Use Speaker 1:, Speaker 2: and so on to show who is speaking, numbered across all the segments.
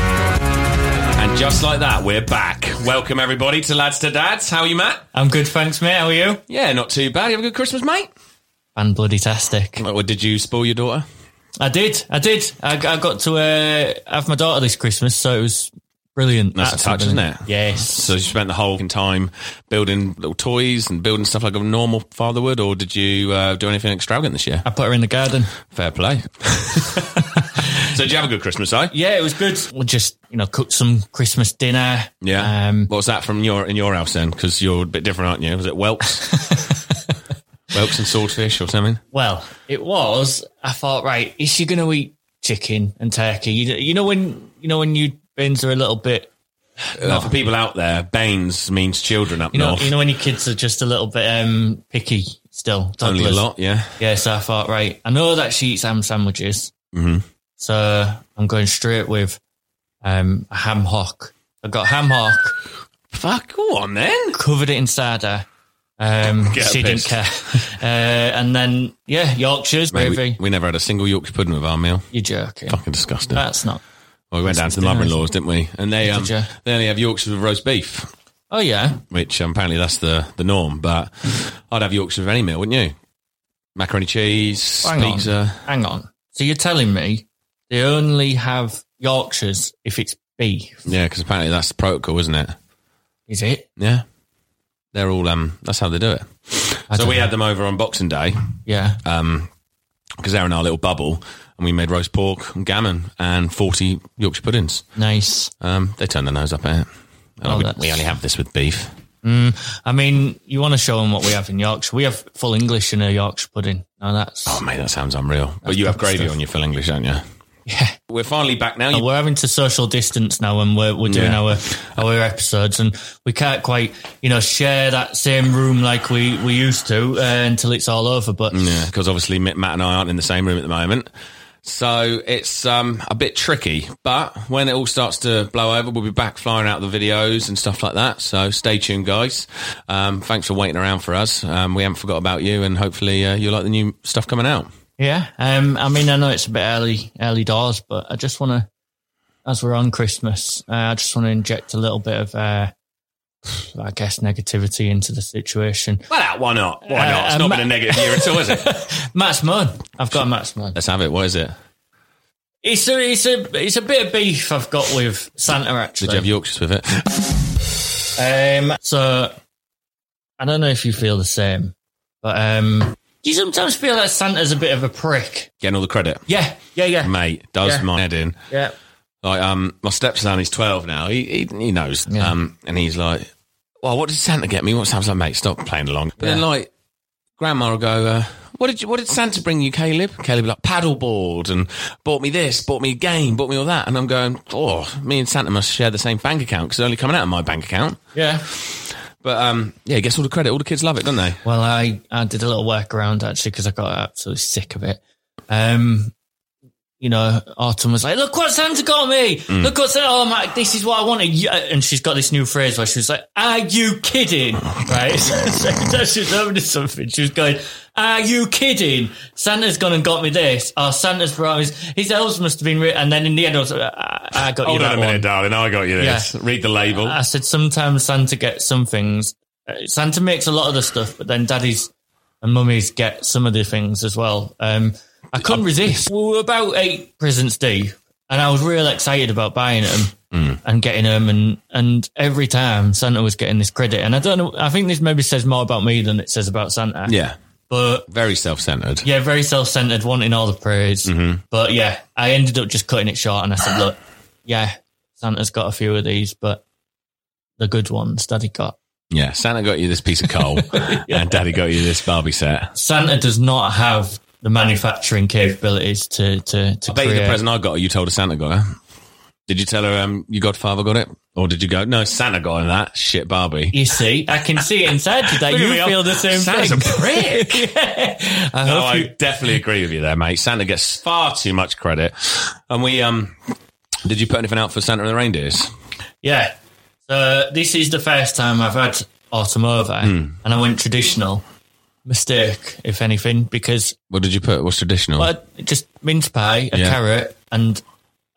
Speaker 1: And just like that, we're back. Welcome everybody to Lads to Dads. How are you, Matt?
Speaker 2: I'm good, thanks, mate. How are you?
Speaker 1: Yeah, not too bad. You have a good Christmas, mate.
Speaker 2: And bloody tastic.
Speaker 1: Or did you spoil your daughter?
Speaker 2: I did, I did. I, I got to uh, have my daughter this Christmas, so it was brilliant.
Speaker 1: That's a touch,
Speaker 2: Absolutely
Speaker 1: isn't it?
Speaker 2: Yes.
Speaker 1: So you spent the whole time building little toys and building stuff like a normal father would, or did you uh, do anything extravagant this year?
Speaker 2: I put her in the garden.
Speaker 1: Fair play. so did you have a good Christmas, eh?
Speaker 2: Yeah, it was good. We just, you know, cooked some Christmas dinner.
Speaker 1: Yeah.
Speaker 2: Um,
Speaker 1: what was that from your in your house then? Because you're a bit different, aren't you? Was it whelks? whelks and swordfish or something?
Speaker 2: Well, it was. I thought, right, is she going to eat chicken and turkey? You, you know when you know when you bins are a little bit.
Speaker 1: Uh, for people out there, Baines means children up
Speaker 2: You know,
Speaker 1: north.
Speaker 2: you know when your kids are just a little bit um, picky still.
Speaker 1: Only a
Speaker 2: toddlers.
Speaker 1: lot, yeah.
Speaker 2: Yeah, so I thought, right, I know that she eats ham sandwiches,
Speaker 1: Mhm.
Speaker 2: so I'm going straight with um, a ham hock. I got ham hock,
Speaker 1: Fuck, go on then.
Speaker 2: covered it in cider. Um,
Speaker 1: Get
Speaker 2: she didn't
Speaker 1: pissed.
Speaker 2: care, uh, and then yeah, Yorkshire's
Speaker 1: Mate,
Speaker 2: baby.
Speaker 1: we, we never had a single Yorkshire pudding with our meal.
Speaker 2: You're joking.
Speaker 1: Fucking disgusting.
Speaker 2: That's not.
Speaker 1: well, we went down to the
Speaker 2: dinner,
Speaker 1: mother-in-laws, didn't we? And they um,
Speaker 2: Uh, Did ya?
Speaker 1: they only have Yorkshire with roast beef,
Speaker 2: Oh yeah,
Speaker 1: which um, apparently that's the the norm. But I'd have Yorkshire with any meal, wouldn't you? Macaroni cheese,
Speaker 2: Hang on.
Speaker 1: pizza.
Speaker 2: Hang on. So you're telling me they only have Yorkshires if it's beef,
Speaker 1: Yeah, because apparently that's the protocol, isn't it?
Speaker 2: is it?
Speaker 1: Yeah, they're all um. That's how they do it. so we had them over on Boxing Day.
Speaker 2: Yeah.
Speaker 1: Uh. because they're in our little bubble, and we made roast pork and gammon and 40 Yorkshire puddings.
Speaker 2: nice.
Speaker 1: Um, they turned their nose up at it. And
Speaker 2: Oh,
Speaker 1: we,
Speaker 2: that's-
Speaker 1: we only have this with beef.
Speaker 2: I mean, you want to show them what we have in Yorkshire. We have full English in a Yorkshire pudding. Now that's.
Speaker 1: Oh, mate, that sounds unreal. but you have
Speaker 2: proper
Speaker 1: gravy
Speaker 2: stuff.
Speaker 1: on your full English, don't you?
Speaker 2: Yeah.
Speaker 1: We're finally back now.
Speaker 2: And
Speaker 1: You,
Speaker 2: we're having to social distance now and we're, we're doing
Speaker 1: Yeah.
Speaker 2: our, our episodes and we can't quite, you know, share that same room like we, we used to uh, until it's all over. But
Speaker 1: because obviously Mitt- Matt and I aren't in the same room at the moment. So it's um, a bit tricky. But when it all starts to blow over, we'll be back flying out the videos and stuff like that. So stay tuned, guys. Um, thanks for waiting around for us. Um, we haven't forgot about you, and hopefully uh, you like the new stuff coming out.
Speaker 2: yeah, um, I mean, I know it's a bit early, early doors, but I just want to, as we're on Christmas, uh, I just want to inject a little bit of, uh, I guess, negativity into the situation.
Speaker 1: Well, that- why not? Why
Speaker 2: Uh,
Speaker 1: not? It's
Speaker 2: uh,
Speaker 1: not
Speaker 2: Ma-
Speaker 1: been a negative year at all, is it?
Speaker 2: Matt's Moan. I've got a Matt's Moan.
Speaker 1: Let's have it. What is it?
Speaker 2: It's a, it's a, it's a bit of beef I've got with Santa, actually.
Speaker 1: Did you have Yorkshires with it?
Speaker 2: Um, so I don't know if you feel the same, but um, do you sometimes feel that Santa's a bit of a prick?
Speaker 1: Getting all the credit,
Speaker 2: Yeah, yeah, yeah,
Speaker 1: mate. Does
Speaker 2: Yeah.
Speaker 1: my head in.
Speaker 2: yeah.
Speaker 1: Like, um, my stepson, he's twelve now. He he, he knows.
Speaker 2: Yeah.
Speaker 1: Um, and he's like, "Well, what did Santa get me?" What Sam's like, "Mate, stop playing along." But then,
Speaker 2: Yeah.
Speaker 1: like, grandma will go, uh, "What did you, What did Santa bring you, Caleb?" Caleb like paddleboard and bought me this, bought me a game, bought me all that. And I'm going, "Oh, me and Santa must share the same bank account because it's only coming out of my bank account."
Speaker 2: Yeah.
Speaker 1: But um, yeah, he gets all the credit. All the kids love it, don't they?
Speaker 2: Well, I, I did a little workaround actually because I got absolutely sick of it. Um, you know, Autumn was like, "Look what Santa got me!
Speaker 1: Mm.
Speaker 2: Look what's oh my, this is what I wanted." Yeah, And she's got this new phrase where she was like, "Are you kidding?" Right? so she was having something. She was going, Are you kidding? Santa's gone and got me this. Oh, Santa's promise. His elves must have been written. And then in the end, I, was, like, I, I got you
Speaker 1: Hold
Speaker 2: that
Speaker 1: on a
Speaker 2: one.
Speaker 1: minute, darling. I got you this.
Speaker 2: Yeah.
Speaker 1: Read the label.
Speaker 2: I said sometimes Santa gets some things. Uh, Santa makes a lot of the stuff, but then daddies and mummies get some of the things as well. Um, I couldn't resist. We were about eight presents deep, and I was real excited about buying them and getting them. And, and every time Santa was getting this credit, and I don't know. I think this maybe says more about me than it says about Santa.
Speaker 1: yeah.
Speaker 2: but
Speaker 1: Very self centered.
Speaker 2: yeah, very self-centered, wanting all the praise.
Speaker 1: Mm-hmm.
Speaker 2: But yeah, I ended up just cutting it short, and I said, "Look, yeah, Santa's got a few of these, but the good ones that he got.
Speaker 1: Yeah. Santa got you this piece of coal, and Daddy got you this Barbie set.
Speaker 2: Santa does not have the manufacturing capabilities to to to
Speaker 1: I bet you the
Speaker 2: create-
Speaker 1: present I got, you told her Santa got her. Did you tell her um, your godfather got it? Or did you go, no, Santa got her that shit Barbie?
Speaker 2: You see, I can see it inside you that
Speaker 1: Look at me,
Speaker 2: you
Speaker 1: I'm-
Speaker 2: feel the same
Speaker 1: Santa's
Speaker 2: thing.
Speaker 1: a prick.
Speaker 2: yeah. I
Speaker 1: No,
Speaker 2: hope
Speaker 1: I
Speaker 2: you-
Speaker 1: definitely agree with you there, mate. Santa gets far too much credit. And we, um, did you put anything out for Santa and the Reindeers?
Speaker 2: Yeah. So this is the first time I've had Automova,
Speaker 1: Hmm.
Speaker 2: and I went traditional. Mistake, if anything, because
Speaker 1: What did you put? What's traditional?
Speaker 2: Well, I- just mince pie, a
Speaker 1: Yeah.
Speaker 2: carrot, and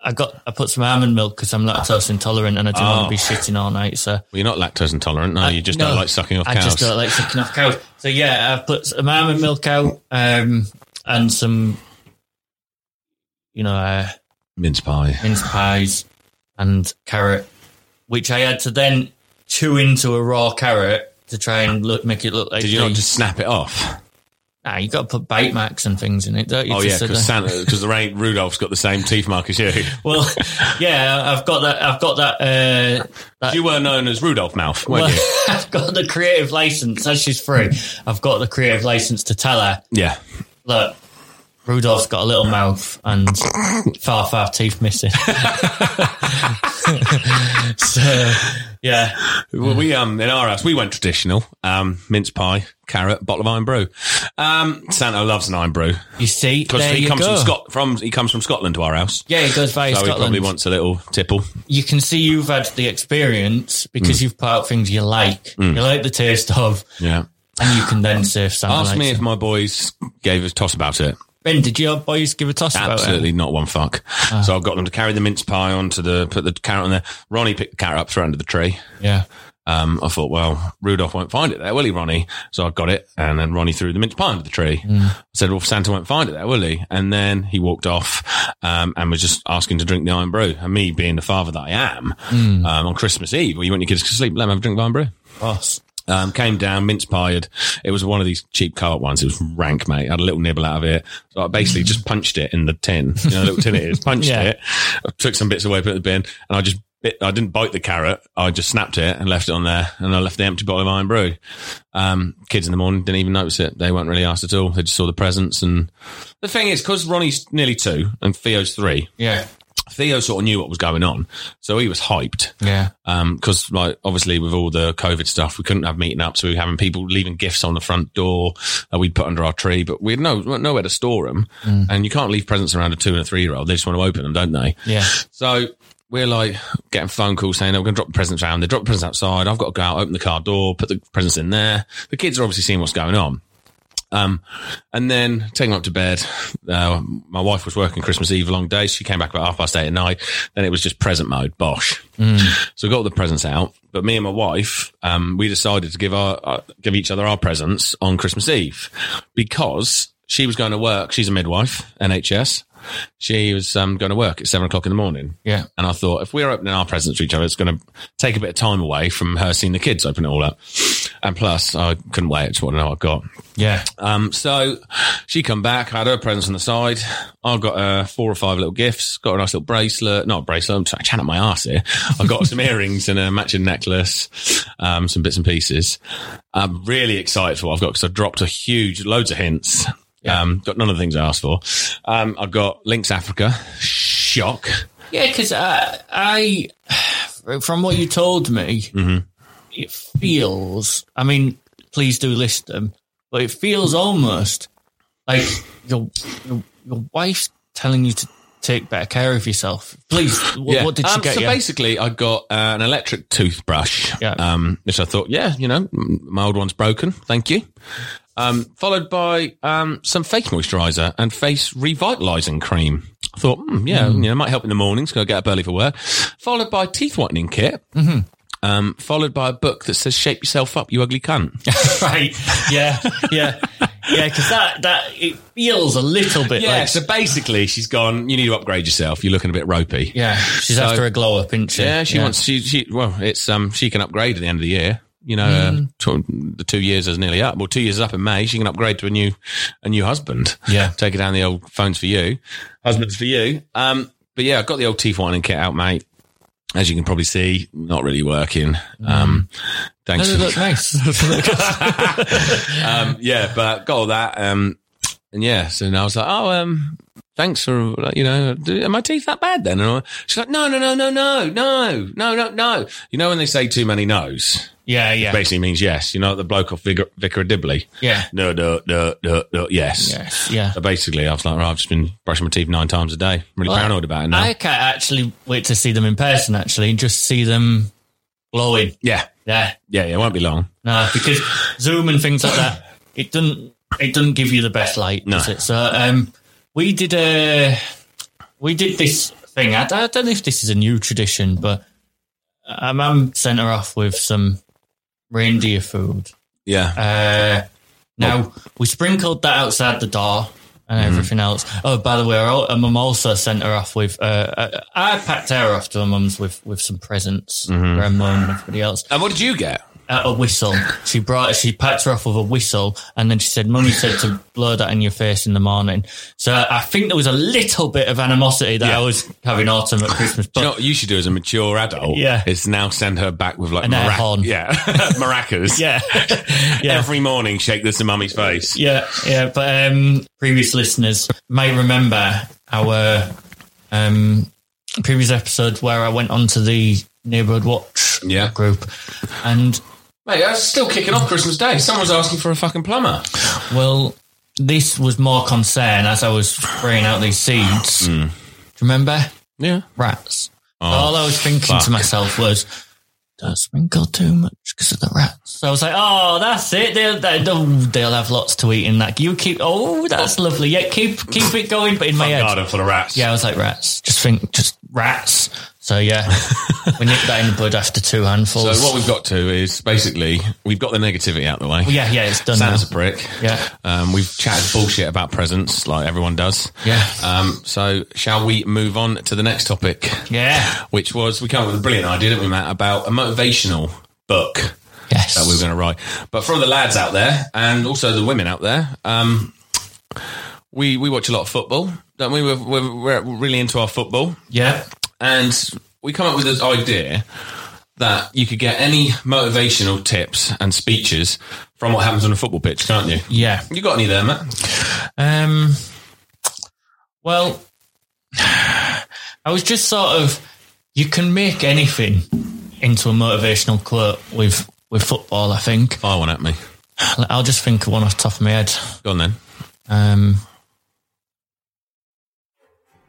Speaker 2: I got I put some almond milk because I'm lactose intolerant and I don't want to be shitting all night. So
Speaker 1: Well, you're not lactose intolerant. No, Oh. you just don't
Speaker 2: No,
Speaker 1: like sucking off
Speaker 2: I
Speaker 1: cows.
Speaker 2: just don't like sucking off cows. So yeah, I put some almond milk out um, and some, you know, uh,
Speaker 1: Mince pie.
Speaker 2: mince pies and carrot, which I had to then chew into a raw carrot to try and look make it look like.
Speaker 1: Did you not
Speaker 2: the-
Speaker 1: just snap it off?
Speaker 2: Nah, you got to put bite marks and things in it, don't you?
Speaker 1: oh
Speaker 2: to
Speaker 1: yeah,
Speaker 2: sort
Speaker 1: because
Speaker 2: of-
Speaker 1: Santa, because the rain Rudolph's got the same teeth mark as you.
Speaker 2: Well, yeah, I've got that. I've got that. Uh, that
Speaker 1: You were known as Rudolph Mouth, weren't
Speaker 2: well,
Speaker 1: you?
Speaker 2: I've got the creative license. As she's free, I've got the creative license to tell her,
Speaker 1: Yeah.
Speaker 2: look, Rudolph's got a little mouth and far, far teeth missing. so, yeah,
Speaker 1: Well, we um in our house we went traditional. Um, mince pie, carrot, bottle of iron brew. Um, Santa loves an iron brew
Speaker 2: you see,
Speaker 1: because
Speaker 2: there
Speaker 1: he
Speaker 2: you
Speaker 1: comes
Speaker 2: go.
Speaker 1: from Scot from he comes from Scotland to our house.
Speaker 2: Yeah, it goes via
Speaker 1: So he
Speaker 2: Scotland.
Speaker 1: probably wants a little tipple.
Speaker 2: you can see you've had the experience because
Speaker 1: Mm.
Speaker 2: you've put out things you like. You like the taste of,
Speaker 1: Yeah.
Speaker 2: and you can then serve something.
Speaker 1: Ask
Speaker 2: like
Speaker 1: me
Speaker 2: that.
Speaker 1: if my boys gave a toss about it.
Speaker 2: Ben, did your boys give a toss about it? Ah.
Speaker 1: Absolutely not one fuck. So I've got them to carry the mince pie onto the put the carrot on there. Ronnie picked the carrot up, threw it under the tree.
Speaker 2: Yeah.
Speaker 1: Um, I thought, well, Rudolph won't find it there, will he, Ronnie? So I got it, and then Ronnie threw the mince pie under the tree. I said, well, Santa won't find it there, will he? And then he walked off um, and was just asking to drink the iron brew. And me, being the father that I am, um, on Christmas Eve, well, you want your kids to sleep, let them have a drink of iron brew.
Speaker 2: Boss.
Speaker 1: Um, came down, mince pie. Had, it was one of these cheap cart ones. It was rank, mate. had a little nibble out of it. So I basically just punched it in the tin. You know, the little tin it is. Punched
Speaker 2: Yeah.
Speaker 1: it. I took some bits away, put it in the bin, and I just bit, I didn't bite the carrot. I just snapped it and left it on there. And I left the empty bottle of iron brew. Um, kids in the morning didn't even notice it. They weren't really asked at all. They just saw the presents. And the thing is, because Ronnie's nearly two and Theo's three,
Speaker 2: Yeah.
Speaker 1: Theo sort of knew what was going on. So he was hyped
Speaker 2: Yeah.
Speaker 1: because Um, like obviously with all the COVID stuff, we couldn't have meeting up, so we were having people leaving gifts on the front door that we'd put under our tree, but we had no nowhere to store them, and you can't leave presents around a two and a three year old. They just want to open them, don't they?
Speaker 2: Yeah.
Speaker 1: So we're like getting phone calls saying, oh, we're going to drop the presents around. They drop the presents outside. I've got to go out, open the car door, put the presents in there. The kids are obviously seeing what's going on. Um, and then taking them up to bed. Uh, my wife was working Christmas Eve, a long day. She came back about half past eight at night. Then it was just present mode, bosh. So we got all the presents out. But me and my wife, um, we decided to give our uh, give each other our presents on Christmas Eve because she was going to work. She's a midwife, NHS. She was um, going to work at seven o'clock in the morning.
Speaker 2: Yeah.
Speaker 1: And I thought, if we're opening our presents to each other, it's going to take a bit of time away from her seeing the kids open it all up. And plus, I couldn't wait. I just wanted to know what I got.
Speaker 2: Yeah.
Speaker 1: Um, so she come back, had her presents on the side. I got uh, four or five little gifts. Got a nice little bracelet, not a bracelet. I'm trying to up my arse here. I got some earrings and a matching necklace, um, some bits and pieces. I'm really excited for what I've got because I dropped a huge, loads of hints. Um, got none of the things I asked for. Um, I got Links Africa. Shock.
Speaker 2: Yeah, because I, I, from what you told me, it feels. I mean, please do list them, but it feels almost like your your, your wife's telling you to take better care of yourself. Please, what, what did you
Speaker 1: Um,
Speaker 2: get?
Speaker 1: So
Speaker 2: yeah?
Speaker 1: basically, I got uh, an electric toothbrush,
Speaker 2: Yeah.
Speaker 1: um, which I thought, yeah, you know, m- my old one's broken. Thank you. Um, followed by um, some face moisturizer and face revitalizing cream. I thought, hmm, yeah, you know, it might help in the mornings because I get up early for work. Followed by teeth whitening kit. Um, followed by a book that says "Shape yourself up, you ugly cunt."
Speaker 2: right? Yeah, yeah, yeah. Because that that it feels a little bit like
Speaker 1: so basically, she's gone. You need to upgrade yourself. You're looking a bit ropey.
Speaker 2: yeah. She's after a glow up, isn't she?
Speaker 1: Yeah, she wants she, she well, it's um she can upgrade at the end of the year. You know, uh, tw- the two years is nearly up. Well, two years is up in May. She can upgrade to a new a new husband.
Speaker 2: Yeah.
Speaker 1: take it down the old phones for you, husbands for you. Um, but yeah, I've got the old teeth whitening kit out, mate. As you can probably see, not really working. Um, thanks.
Speaker 2: Does
Speaker 1: to
Speaker 2: it look nice?
Speaker 1: um, yeah, but got all that. Um, and yeah, so now I was like, oh, um, thanks for, like, you know, do, are my teeth that bad then? And I, she's like, no, no, no, no, no, no, no, no, no. You know, when they say too many no's,
Speaker 2: yeah, yeah,
Speaker 1: basically means yes. You know, the bloke off Vicar, Vicar of Dibley.
Speaker 2: yeah.
Speaker 1: No, no, no, no, no, yes.
Speaker 2: Yes, yeah.
Speaker 1: So basically, I was like, right, I've just been brushing my teeth nine times a day. I'm really paranoid about it now.
Speaker 2: I can't actually wait to see them in person. Actually, and just see them glowing.
Speaker 1: yeah,
Speaker 2: Yeah,
Speaker 1: yeah, yeah, it won't be long.
Speaker 2: no, because Zoom and things like that, it doesn't it doesn't give you the best light, does it? So, um, we did a we did this thing. I, I don't know if this is a new tradition, but uh, mum sent her off with some reindeer food.
Speaker 1: Yeah.
Speaker 2: Uh, now we sprinkled that outside the door and
Speaker 1: Mm-hmm.
Speaker 2: everything else. Oh, by the way, her, al- her mum also sent her off with. Uh, uh, I packed her off to her mum's with with some presents
Speaker 1: Mm-hmm.
Speaker 2: for her mum and everybody else.
Speaker 1: and what did you get?
Speaker 2: Uh, a whistle. She brought. She packed her off with a whistle, and then she said, "Mummy said to blow that in your face in the morning." So I think there was a little bit of animosity that I was having autumn at Christmas. But
Speaker 1: Do you know what you should do as a mature adult?
Speaker 2: Yeah.
Speaker 1: Is now send her back with like
Speaker 2: An air horn.
Speaker 1: Yeah. maracas.
Speaker 2: yeah, yeah.
Speaker 1: Every morning, shake this in mummy's face.
Speaker 2: Yeah, yeah. But um, previous listeners may remember our um, previous episode where I went onto the neighborhood watch
Speaker 1: Yeah.
Speaker 2: group, and
Speaker 1: Mate, that's still kicking off Christmas Day. Someone's asking for a fucking plumber.
Speaker 2: well, this was more concern as I was spraying out these seeds. Do you remember
Speaker 1: Yeah.
Speaker 2: rats? All I was thinking to myself was. Don't sprinkle too much because of the rats. So I was like, "Oh, that's it. They'll, they'll, they'll have lots to eat in that. You keep. Oh, that's lovely. Yeah, keep keep it going." But in my head,
Speaker 1: Garden full of rats.
Speaker 2: Yeah, I was like rats. Just think, just rats. So yeah, we nipped that in the bud after two handfuls.
Speaker 1: So what we've got to is basically we've got the negativity out the way.
Speaker 2: yeah, yeah, it's done
Speaker 1: Sam's a
Speaker 2: now.
Speaker 1: prick.
Speaker 2: Yeah.
Speaker 1: Um, we've chatted bullshit about presents like everyone does.
Speaker 2: Yeah.
Speaker 1: Um, so shall we move on to the next topic?
Speaker 2: yeah,
Speaker 1: Which was we came up with a brilliant idea, didn't we, Matt, about a motivational book.
Speaker 2: yes.
Speaker 1: that we were going to write. But for all the lads out there, and also the women out there, um, we we watch a lot of football, don't we? We're, we're, we're really into our football,
Speaker 2: yeah,
Speaker 1: and we come up with this idea that you could get any motivational tips and speeches from what happens on a football pitch, can't you?
Speaker 2: yeah.
Speaker 1: You got any there, Matt?
Speaker 2: Um, well, I was just sort of. You can make anything into a motivational quote with with football. I think
Speaker 1: Fire one at me.
Speaker 2: I'll just think of one off the top of my head.
Speaker 1: Go on then.
Speaker 2: Um,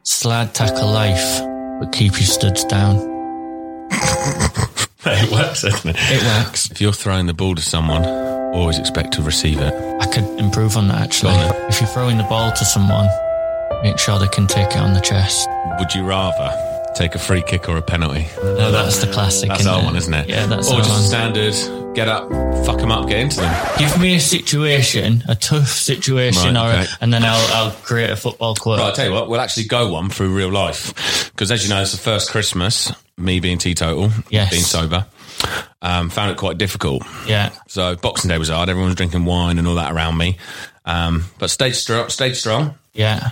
Speaker 2: slide tackle life, but keep your studs down.
Speaker 1: it works, doesn't
Speaker 2: It works.
Speaker 1: If you're throwing the ball to someone, always expect to receive it.
Speaker 2: I could improve on that actually.
Speaker 1: Go on
Speaker 2: If you're throwing the ball to someone, make sure they can take it on the chest.
Speaker 1: Would you rather take a free kick or a penalty?
Speaker 2: No, that's the classic.
Speaker 1: That's
Speaker 2: isn't
Speaker 1: our
Speaker 2: it?
Speaker 1: one, isn't it?
Speaker 2: Yeah, that's
Speaker 1: or
Speaker 2: our
Speaker 1: just
Speaker 2: one.
Speaker 1: standard. Get up, fuck them up, get into them.
Speaker 2: Give me a situation, a tough situation,
Speaker 1: Right,
Speaker 2: or
Speaker 1: okay.
Speaker 2: a, and then I'll I'll create a football quote.
Speaker 1: Right, I tell you what, we'll actually go one through real life because, as you know, it's the first Christmas. Me being teetotal,
Speaker 2: Yes.
Speaker 1: being sober, um, found it quite difficult.
Speaker 2: Yeah,
Speaker 1: So Boxing Day was hard. Everyone was drinking wine and all that around me. Um, but stayed strong. Stayed strong.
Speaker 2: yeah.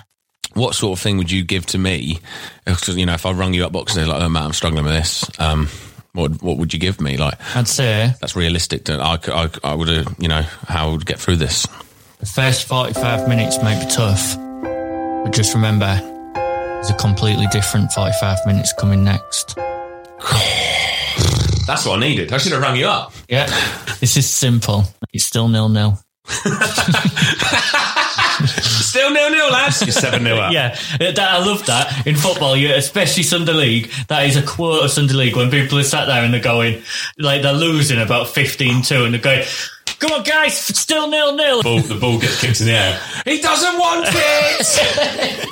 Speaker 1: What sort of thing would you give to me? 'Cause, you know, if I rung you up Boxing Day, like, oh, Matt, I'm struggling with this. Um, what what would you give me? Like,
Speaker 2: I'd say
Speaker 1: that's realistic. That I, could- I, I would, uh, you know, how I would get through this.
Speaker 2: the first forty-five minutes might be tough, but just remember, there's a completely different forty-five minutes coming next.
Speaker 1: That's what I needed. I should have rung you up.
Speaker 2: Yeah, this is simple. It's still nil-nil.
Speaker 1: Still nil nil, lads. You're seven nil up.
Speaker 2: Yeah, that, I love that in football, you, especially Sunday League. That is a quote of Sunday League when people are sat there and they're going, like they're losing about 15-2 and they're going, come on guys, still nil nil.
Speaker 1: Ball, the ball gets kicked in the air. He doesn't want it.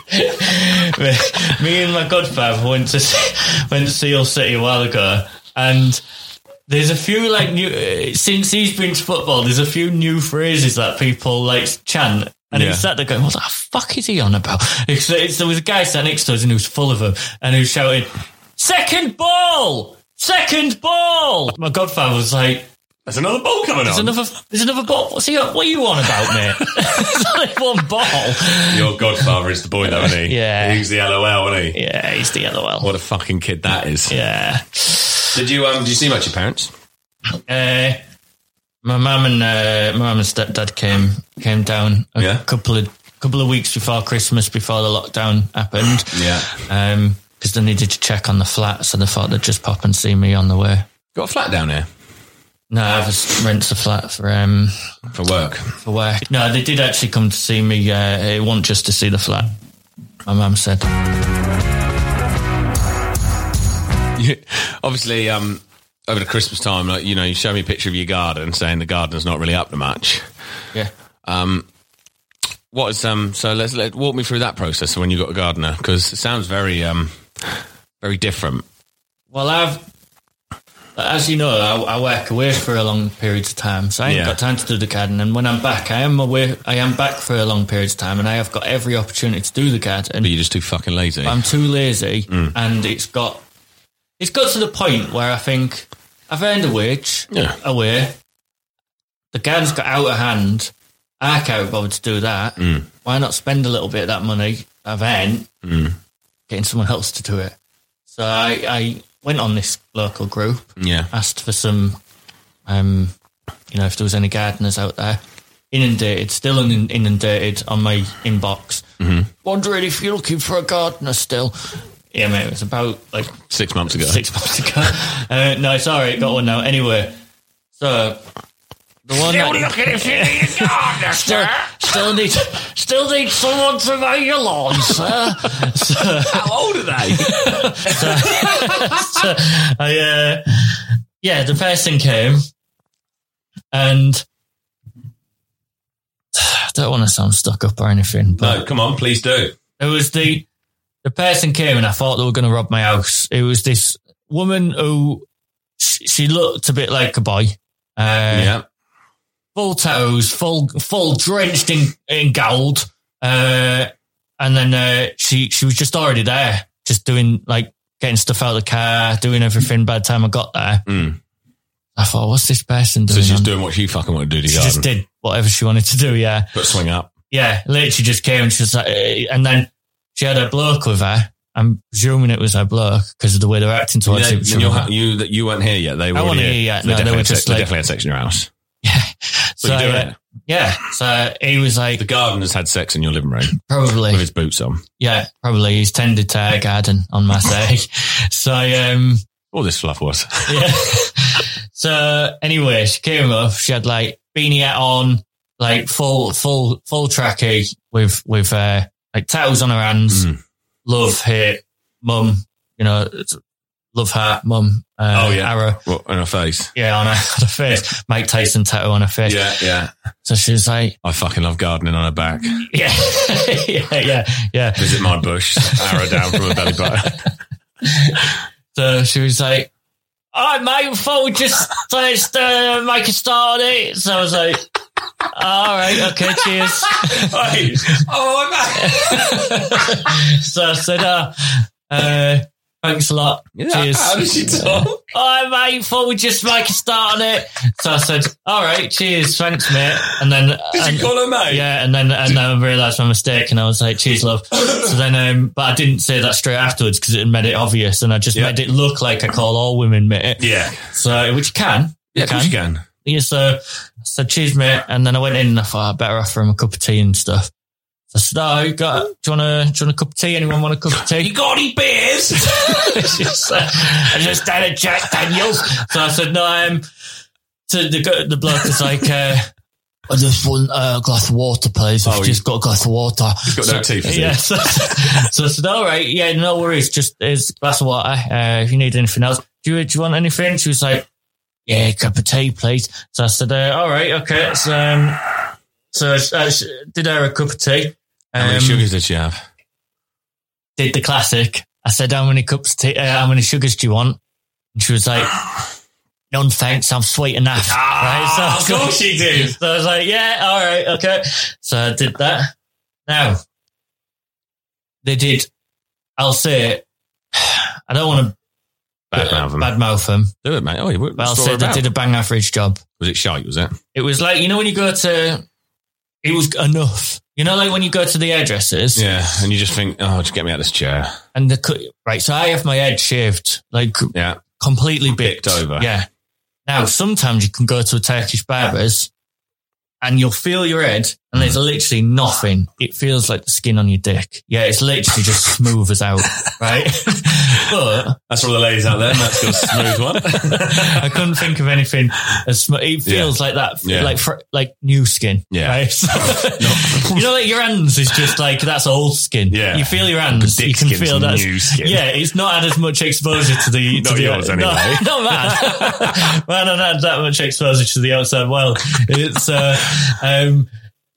Speaker 2: Me and my godfather went to see, went to see Hull City a while ago, and there's a few like new uh, since he's been to football. There's a few new phrases that people like chant. And
Speaker 1: Yeah.
Speaker 2: he sat there going, "What the fuck is he on about?" It's, it's, there was a guy sat next to us and he was full of them, and he shouted, second ball, second ball." My godfather was like,
Speaker 1: There's another ball coming
Speaker 2: "There's
Speaker 1: on.
Speaker 2: another, there's another ball. What's he, what are you on about, mate? There's only one ball."
Speaker 1: Your godfather is the boy, though, isn't he?
Speaker 2: Yeah.
Speaker 1: He's the LOL, isn't he?
Speaker 2: Yeah, he's the LOL.
Speaker 1: What a fucking kid that is.
Speaker 2: Yeah.
Speaker 1: Did you um? Did you see much of your parents?
Speaker 2: Uh, my mum and uh, my mum and stepdad came came down a
Speaker 1: Yeah.
Speaker 2: couple of couple of weeks before Christmas, before the lockdown happened.
Speaker 1: Yeah.
Speaker 2: Um 'cause because they needed to check on the flat, so they thought they'd just pop and see me on the way.
Speaker 1: Got a flat down here
Speaker 2: No, I was rents a flat for um
Speaker 1: for work.
Speaker 2: for work. No, they did actually come to see me. Uh, it wasn't just to see the flat. My mum said,
Speaker 1: You, obviously, um, over the Christmas time, like you know, you show me a picture of your garden, saying the garden's not really up to much.
Speaker 2: "Yeah,
Speaker 1: What is um? So let's let walk me through that process when you got a gardener because it sounds very um, very different.
Speaker 2: Well, I've, as you know, I, I work away for a long period of time, so I ain't
Speaker 1: Yeah.
Speaker 2: got time to do the garden. And when I'm back, I am away. I am back for a long period of time, and I have got every opportunity to do the garden.
Speaker 1: But you're just too fucking lazy. Mm.
Speaker 2: I'm too lazy, and it's got it's got to the point where I think I've earned a wage
Speaker 1: Yeah.
Speaker 2: away. The garden's got out of hand. I can't be bothered to do that.
Speaker 1: Mm.
Speaker 2: Why not spend a little bit of that money I've earned
Speaker 1: Mm.
Speaker 2: getting someone else to do it? So I, I went on this local group,
Speaker 1: yeah.
Speaker 2: asked for some, um, you know, if there was any gardeners out there. Inundated, still in- inundated on my inbox. Wondering if you're looking for a gardener still. Yeah, mate, it was about like
Speaker 1: Six months ago.
Speaker 2: six months ago. uh, no, sorry, got one now. Anyway, so the one still that, looking if you need a gardener, still, still need still need someone to mow your lawn, sir.
Speaker 1: How old are they?
Speaker 2: I, uh, yeah, the person came, and I don't want to sound stuck up or anything, but
Speaker 1: no, come on, please do.
Speaker 2: It was the the person came and I thought they were going to rob my house. It was this woman who she, she looked a bit like a boy. Uh,
Speaker 1: Yeah.
Speaker 2: Full tattoos, full full drenched in in gold, uh, and then uh, she she was just already there, just doing like getting stuff out of the car, doing everything. By the time I got there,
Speaker 1: Mm.
Speaker 2: I thought, what's this person
Speaker 1: So
Speaker 2: doing?
Speaker 1: she's just
Speaker 2: on-
Speaker 1: doing what she fucking wanted to do to
Speaker 2: she
Speaker 1: your
Speaker 2: just
Speaker 1: garden.
Speaker 2: did whatever she wanted to do. Yeah,
Speaker 1: But swing up.
Speaker 2: yeah, literally just came and she was like, eh, and then she had a bloke with her. I'm presuming it was her bloke because of the way they're acting towards
Speaker 1: Yeah,
Speaker 2: each
Speaker 1: and
Speaker 2: other.
Speaker 1: you're ha- you that you weren't here yet. They were
Speaker 2: I wasn't
Speaker 1: already
Speaker 2: here yet.
Speaker 1: They
Speaker 2: No, they
Speaker 1: definitely
Speaker 2: were
Speaker 1: had
Speaker 2: just
Speaker 1: they
Speaker 2: like-
Speaker 1: definitely had sex in your house.
Speaker 2: so,
Speaker 1: you do
Speaker 2: uh,
Speaker 1: it.
Speaker 2: yeah, so he was
Speaker 1: The
Speaker 2: like,
Speaker 1: gardener's had sex in your living room
Speaker 2: probably,
Speaker 1: with his boots on.
Speaker 2: yeah, probably he's tended to her garden on my day. so, um,
Speaker 1: All this fluff was.
Speaker 2: yeah. so anyway, she came up. She had like beanie hat on, like full full full tracky with with uh, like towels on her hands.
Speaker 1: Mm.
Speaker 2: Love hit mum, you know, it's- love heart mum. Uh,
Speaker 1: Oh, yeah.
Speaker 2: arrow.
Speaker 1: What, on her face.
Speaker 2: Yeah, on her, on her face. Mike Tyson tattoo on her face.
Speaker 1: yeah.
Speaker 2: So she was like,
Speaker 1: I fucking love gardening on her back.
Speaker 2: yeah, yeah, yeah, yeah.
Speaker 1: Visit my bush, arrow down from her belly button.
Speaker 2: So she was like, "I mate, thought we just just uh, make a start on it." So I was like, "All right, okay, cheers."
Speaker 1: oh,
Speaker 2: so I said, uh, uh, "Thanks a lot, cheers."
Speaker 1: she talk?
Speaker 2: All right, mate. Thought we just make a start on it. So I said, "All right, cheers, thanks, mate." And then and-
Speaker 1: her mate?
Speaker 2: Yeah, and then and then I realised my mistake, and I was like, "Cheers, love." So then, um, but I didn't say that straight afterwards because it made it obvious, and I just
Speaker 1: Yeah.
Speaker 2: made it look like I call all women mate.
Speaker 1: Yeah.
Speaker 2: So which you can,
Speaker 1: Yeah, of course you can.
Speaker 2: yeah. So I said, "Cheers, mate," and then I went in and I thought I better offer him a cup of tea and stuff. So I said, "Oh, you got? Do you want a do you want a cup of tea? Anyone want a cup of tea?"
Speaker 1: got any beers?
Speaker 2: just, uh, I just had a um, Jack Daniels. So I said, no, I'm. So the, go- the bloke was like, uh, I just want uh, a glass of water, please. I've
Speaker 1: Oh,
Speaker 2: just got a glass of water.
Speaker 1: He's got no teeth, has he?
Speaker 2: Yeah. So, so I said, all right, yeah, no worries. Just here's a glass of water. Uh, if you need anything else, do you, do you want anything? She was like, yeah, a cup of tea, please. So I said, uh, all right, okay. So, um, so I, I did her a cup of tea.
Speaker 1: How many
Speaker 2: Um,
Speaker 1: sugars did she have?
Speaker 2: did the classic. I said, "How many cups? Tea, uh, how many sugars do you want?" And she was like, "None, thanks. I'm sweet enough." right?
Speaker 1: Ah, of course she did.
Speaker 2: So I was like, "Yeah, all right, okay." So I did that. Now they did. I'll say it. I don't want to
Speaker 1: Bad mouth them.
Speaker 2: badmouth them,
Speaker 1: Do it, mate. Oh, you wouldn't
Speaker 2: but I'll
Speaker 1: throw
Speaker 2: say
Speaker 1: her
Speaker 2: they
Speaker 1: about.
Speaker 2: did a bang average job.
Speaker 1: Was it shite, was it?
Speaker 2: It was like you know when you go to, it was enough. You know, like when you go to the hairdressers.
Speaker 1: Yeah. And you just think, oh, just get me out of this chair.
Speaker 2: and the cut right. So I have my head shaved, like
Speaker 1: Yeah.
Speaker 2: completely bicked
Speaker 1: Bicked over.
Speaker 2: Yeah. Now sometimes you can go to a Turkish barber's, and you'll feel your head,
Speaker 1: Mm.
Speaker 2: and there's literally nothing. It feels like the skin on your dick. Yeah, it's literally just smooth as out, right? but
Speaker 1: That's for all the ladies out there. That's got a smooth one.
Speaker 2: I couldn't think of anything as sm- it feels like that,
Speaker 1: Yeah.
Speaker 2: like fr- like new skin.
Speaker 1: Yeah.
Speaker 2: right? you know, like your hands is just like that's old skin.
Speaker 1: Yeah.
Speaker 2: you feel your hands, you can feel that
Speaker 1: new skin.
Speaker 2: Yeah, it's not had as much exposure to the
Speaker 1: Not
Speaker 2: to the,
Speaker 1: yours,
Speaker 2: no,
Speaker 1: anyway.
Speaker 2: not mine. mine not had that much exposure to the outside world. It's uh, um,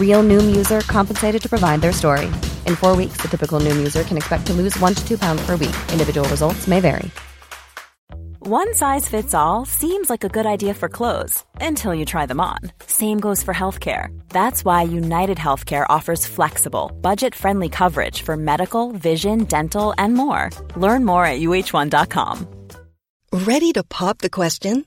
Speaker 3: Real Noom user compensated to provide their story. In four weeks, the typical Noom user can expect to lose one to two pounds per week. Individual results may vary.
Speaker 4: One size fits all seems like a good idea for clothes until you try them on. Same goes for healthcare. That's why United Healthcare offers flexible, budget friendly coverage for medical, vision, dental, and more. Learn more at uh1.com.
Speaker 5: Ready to pop the question?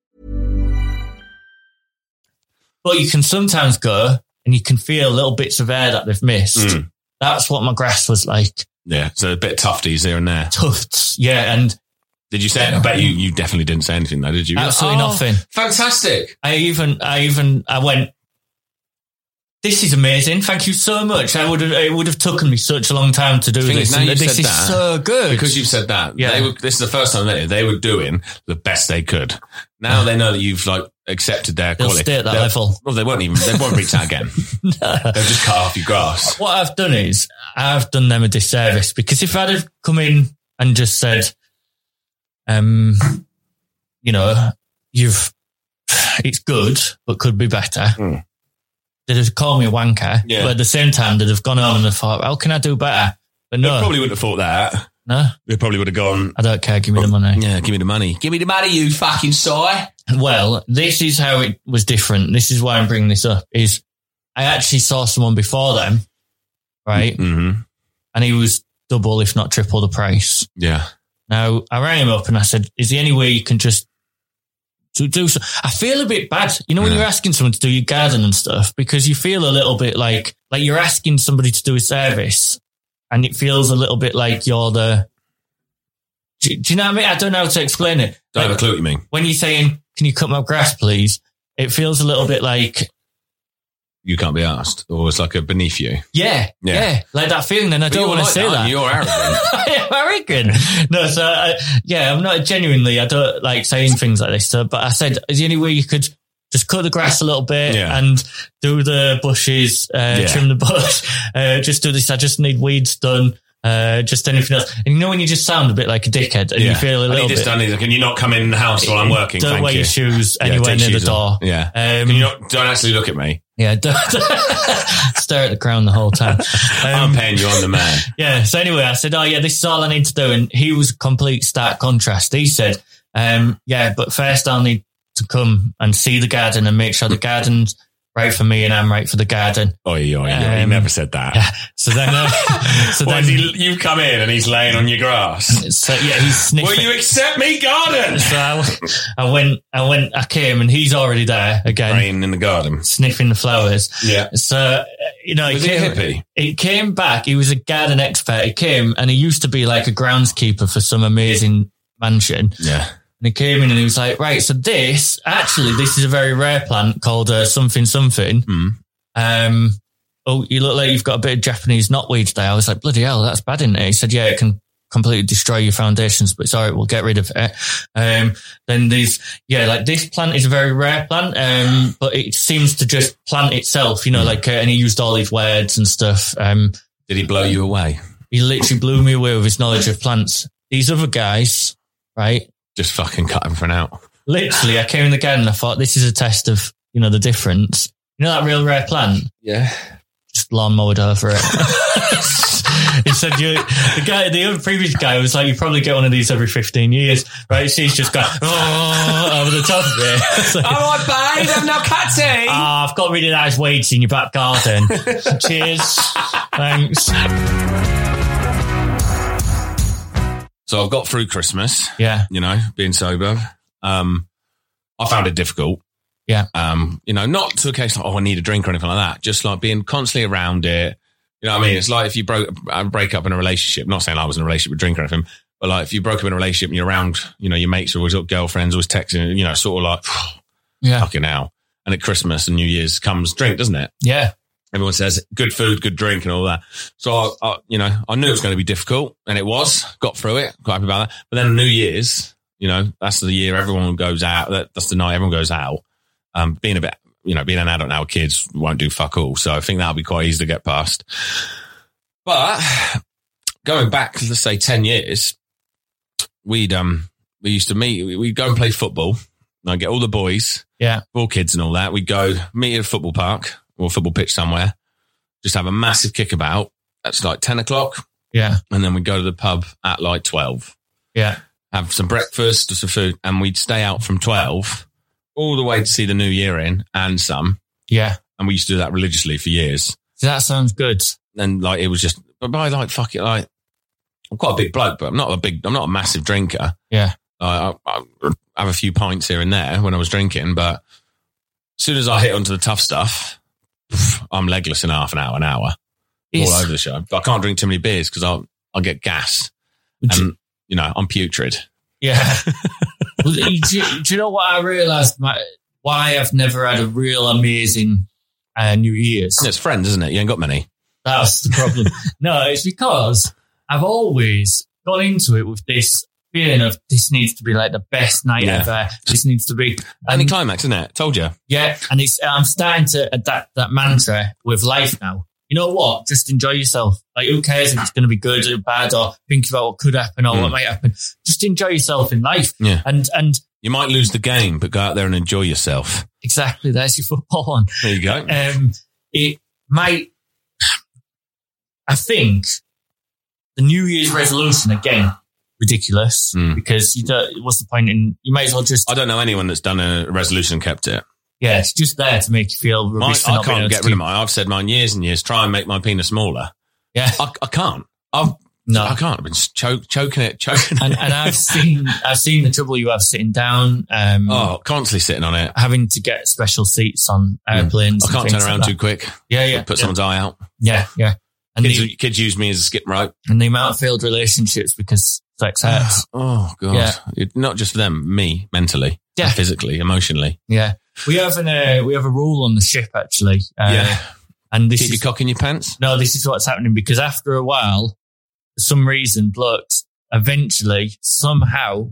Speaker 2: But you can sometimes go and you can feel little bits of air that they've missed.
Speaker 1: Hmm.
Speaker 2: That's what my grass was like.
Speaker 1: Yeah. So a bit tufties here and there.
Speaker 2: Tufts, yeah, and
Speaker 1: Did you say? I bet you, you definitely didn't say anything though, did you?
Speaker 2: Absolutely nothing.
Speaker 1: Oh, Fantastic.
Speaker 2: I even, I even, I went. This is amazing. Thank you so much. I would have, it would have taken me such a long time to do
Speaker 1: Thing
Speaker 2: this.
Speaker 1: is, now
Speaker 2: and
Speaker 1: you've
Speaker 2: this
Speaker 1: said
Speaker 2: is
Speaker 1: that,
Speaker 2: so good
Speaker 1: Because you've said that.
Speaker 2: Yeah.
Speaker 1: They were, this is the first time they, they were doing the best they could. Now they know that you've like accepted their
Speaker 2: They'll
Speaker 1: quality.
Speaker 2: stay at that
Speaker 1: They'll-
Speaker 2: level.
Speaker 1: Well, they won't even, they won't reach that again. They'll just cut off your grass.
Speaker 2: what I've done is I've done them a disservice because if I'd have come in and just said, um, you know, you've, it's good, but could be better. They'd have called me a wanker,
Speaker 1: Hmm. Yeah.
Speaker 2: but at the same time, they'd have gone on and have thought, how can I do better? But
Speaker 1: They
Speaker 2: no,
Speaker 1: probably wouldn't have thought that.
Speaker 2: no,
Speaker 1: They probably would have gone,
Speaker 2: I don't care. Give me the money.
Speaker 1: yeah, give me the money. Give me the money, you fucking soy.
Speaker 2: Well, this is how it was different. This is why I'm bringing this up is I actually saw someone before them, right?
Speaker 1: Mm-hmm.
Speaker 2: And he was double, if not triple the price.
Speaker 1: Yeah.
Speaker 2: Now I rang him up and I said, "Is there any way you can just do, do so?" I feel a bit bad, you know, when
Speaker 1: Yeah.
Speaker 2: you're asking someone to do your garden and stuff because you feel a little bit like like you're asking somebody to do a service, and it feels a little bit like you're the. Do, do you know what I mean? I don't know how to explain it.
Speaker 1: Don't have a
Speaker 2: Like,
Speaker 1: clue what you mean.
Speaker 2: when you're saying, "Can you cut my grass, please?" It feels a little bit like
Speaker 1: you can't be asked, or it's like a beneath you.
Speaker 2: Yeah,
Speaker 1: Yeah.
Speaker 2: yeah, Like that feeling, and I
Speaker 1: But
Speaker 2: don't
Speaker 1: you're
Speaker 2: want to
Speaker 1: like
Speaker 2: say that.
Speaker 1: You're arrogant.
Speaker 2: I reckon. No, so I, yeah, I'm not genuinely. I don't like saying things like this. So, but I said is the only way you could just cut the grass a little bit
Speaker 1: Yeah.
Speaker 2: and do the bushes, uh,
Speaker 1: Yeah.
Speaker 2: trim the bush, uh, just do this. I just need weeds done. Uh, just anything else. And you know when you just sound a bit like a dickhead and you feel a
Speaker 1: I
Speaker 2: little
Speaker 1: need this
Speaker 2: bit.
Speaker 1: done. He's like, Can you not come in the house while I'm working?
Speaker 2: Don't
Speaker 1: Thank
Speaker 2: wear
Speaker 1: you.
Speaker 2: your shoes
Speaker 1: Yeah,
Speaker 2: anywhere
Speaker 1: take
Speaker 2: near
Speaker 1: shoes
Speaker 2: the door.
Speaker 1: off. Yeah.
Speaker 2: Um,
Speaker 1: Can you not, don't actually look at me.
Speaker 2: yeah, don't stare at the ground the whole time.
Speaker 1: I'm
Speaker 2: Um,
Speaker 1: paying you. I'm the man.
Speaker 2: yeah. So anyway, I said, "Oh yeah, this is all I need to do," and he was complete stark contrast. He said, um, "Yeah, but first I'll need to come and see the garden and make sure the garden's right for me and I'm right for the garden."
Speaker 1: Oi, oi, oi. He
Speaker 2: Um,
Speaker 1: never said that.
Speaker 2: So then, uh, so
Speaker 1: Why
Speaker 2: then,
Speaker 1: is he, you come in and he's laying on your grass.
Speaker 2: so yeah, he sniffed.
Speaker 1: Will you accept me, garden?
Speaker 2: so I, w- I went, I went, I came, and he's already there again,
Speaker 1: Rain in the garden.
Speaker 2: sniffing the flowers.
Speaker 1: Yeah.
Speaker 2: So uh, you know,
Speaker 1: Was he a
Speaker 2: came,
Speaker 1: hippie?
Speaker 2: it came back. He was a garden expert. He came and he used to be like a groundskeeper for some amazing mansion.
Speaker 1: Yeah.
Speaker 2: And he came in and he was like, right, so this actually, this is a very rare plant called uh, something something.
Speaker 1: Hmm.
Speaker 2: Um, oh, you look like you've got a bit of Japanese knotweed there. I was like, bloody hell, that's bad, isn't it? He said, yeah, it can completely destroy your foundations, but it's all right, we'll get rid of it. Um, then these, yeah, like this plant is a very rare plant, um, but it seems to just plant itself, you know, like, uh, and he used all these words and stuff. Um,
Speaker 1: Did he blow you away?
Speaker 2: he literally blew me away with his knowledge of plants. These other guys, right?
Speaker 1: Just fucking cut him for an out.
Speaker 2: Literally, I came in the garden. I thought this is a test of you know the difference. You know that real rare plant.
Speaker 1: Yeah.
Speaker 2: Just lawnmowed over it. he said, "You the guy, the other previous guy was like, you probably get one of these every fifteen years, right?" So he's just going oh, over the top of it. It's like,
Speaker 1: right, babe, I'm now cutting.
Speaker 2: "Ah, I've got really nice weeds in your back garden. Cheers, thanks.
Speaker 1: So I've got through Christmas,
Speaker 2: Yeah,
Speaker 1: you know, being sober. Um, I found it difficult.
Speaker 2: Yeah.
Speaker 1: Um, you know, not to a case like, oh, I need a drink or anything like that. Just like being constantly around it. You know what I mean? It's like if you broke, I break up in a relationship, not saying I was in a relationship with drink or anything, but like if you broke up in a relationship and you're around, you know, your mates are always up, girlfriends always texting, you know, sort of like,
Speaker 2: yeah,
Speaker 1: fucking hell. And at Christmas and New Year's comes drink, doesn't it?
Speaker 2: yeah,
Speaker 1: everyone says good food, good drink, and all that. So I, I you know, I knew it was going to be difficult, and it was. Got through it, quite happy about that. But then New Year's, you know, that's the year everyone goes out. That, that's the night everyone goes out. Um, being a bit, you know, being an adult now, kids won't do fuck all. So I think that'll be quite easy to get past. But going back, let's say ten years, we'd um we used to meet. We'd go and play football. And I'd get all the boys
Speaker 2: yeah,
Speaker 1: all kids and all that. We'd go meet at a football park or a football pitch somewhere, just have a massive kickabout. That's like 10 o'clock.
Speaker 2: yeah,
Speaker 1: And then we'd go to the pub at like 12,
Speaker 2: yeah,
Speaker 1: have some breakfast or some food. And we'd stay out from 12 all the way to see the new year in and some.
Speaker 2: yeah.
Speaker 1: And we used to do that religiously for years.
Speaker 2: So that sounds good.
Speaker 1: And like, it was just, but by like, fuck it, like, I'm quite a big bloke, but I'm not a big, I'm not a massive drinker.
Speaker 2: Yeah.
Speaker 1: I, I, I have a few pints here and there when I was drinking, but as soon as I hit onto the tough stuff, pff, I'm legless in half an hour, an hour, all
Speaker 2: It's-
Speaker 1: over the show. I can't drink too many beers because I'll I'll get gas, and you know I'm putrid.
Speaker 2: Yeah. Well, do, you, do you know what I realised? my- Why I've never had a real amazing uh, New Year's.
Speaker 1: And it's friends, isn't it? You ain't got many.
Speaker 2: That's the problem. no, it's because I've always gone into it with this feeling of this needs to be like the best night
Speaker 1: Yeah.
Speaker 2: ever. This needs to be.
Speaker 1: Only
Speaker 2: And
Speaker 1: climax, isn't it? Told you.
Speaker 2: yeah, and it's I'm starting to adapt that mantra with life now. You know what? Just enjoy yourself. Like, who cares if it's going to be good or bad, or think about what could happen or
Speaker 1: Mm.
Speaker 2: what might happen. Just enjoy yourself in life.
Speaker 1: Yeah.
Speaker 2: And and
Speaker 1: You might lose the game, but go out there and enjoy yourself.
Speaker 2: Exactly. That's your football one.
Speaker 1: There you go.
Speaker 2: Um, it might. I think the New Year's resolution again ridiculous
Speaker 1: Mm.
Speaker 2: because you don't. What's the point in? You might as well just
Speaker 1: I don't know anyone that's done a resolution and kept it.
Speaker 2: yeah. It's just there to make you feel
Speaker 1: Mine,
Speaker 2: rubbish. for
Speaker 1: I
Speaker 2: not being
Speaker 1: can't
Speaker 2: able
Speaker 1: get
Speaker 2: to
Speaker 1: rid of
Speaker 2: keep-
Speaker 1: mine. I've said mine years and years. Try and make my penis smaller.
Speaker 2: Yeah.
Speaker 1: I, I can't. I've
Speaker 2: No.
Speaker 1: I can't. I've been choke, choking it, choking
Speaker 2: And,
Speaker 1: it.
Speaker 2: and I've seen I've seen the trouble you have sitting down. Um,
Speaker 1: oh, constantly sitting on it.
Speaker 2: Having to get special seats on airplanes.
Speaker 1: Hmm. I
Speaker 2: and
Speaker 1: can't
Speaker 2: things
Speaker 1: turn
Speaker 2: like
Speaker 1: around
Speaker 2: that.
Speaker 1: too quick.
Speaker 2: Yeah, yeah,
Speaker 1: Put
Speaker 2: yeah,
Speaker 1: someone's eye out.
Speaker 2: yeah, yeah. And
Speaker 1: Kids,
Speaker 2: the,
Speaker 1: kids use me as a skip rope.
Speaker 2: and the amount of failed relationships because sex hurts.
Speaker 1: oh god!
Speaker 2: Yeah.
Speaker 1: It- not just them, me mentally,
Speaker 2: Yeah.
Speaker 1: physically, emotionally.
Speaker 2: Yeah. We have an uh, we have a rule on the ship actually. Uh,
Speaker 1: Yeah.
Speaker 2: and this
Speaker 1: Keep your
Speaker 2: is
Speaker 1: cock in your pants.
Speaker 2: no, this is what's happening because after a while, for some reason, blokes eventually somehow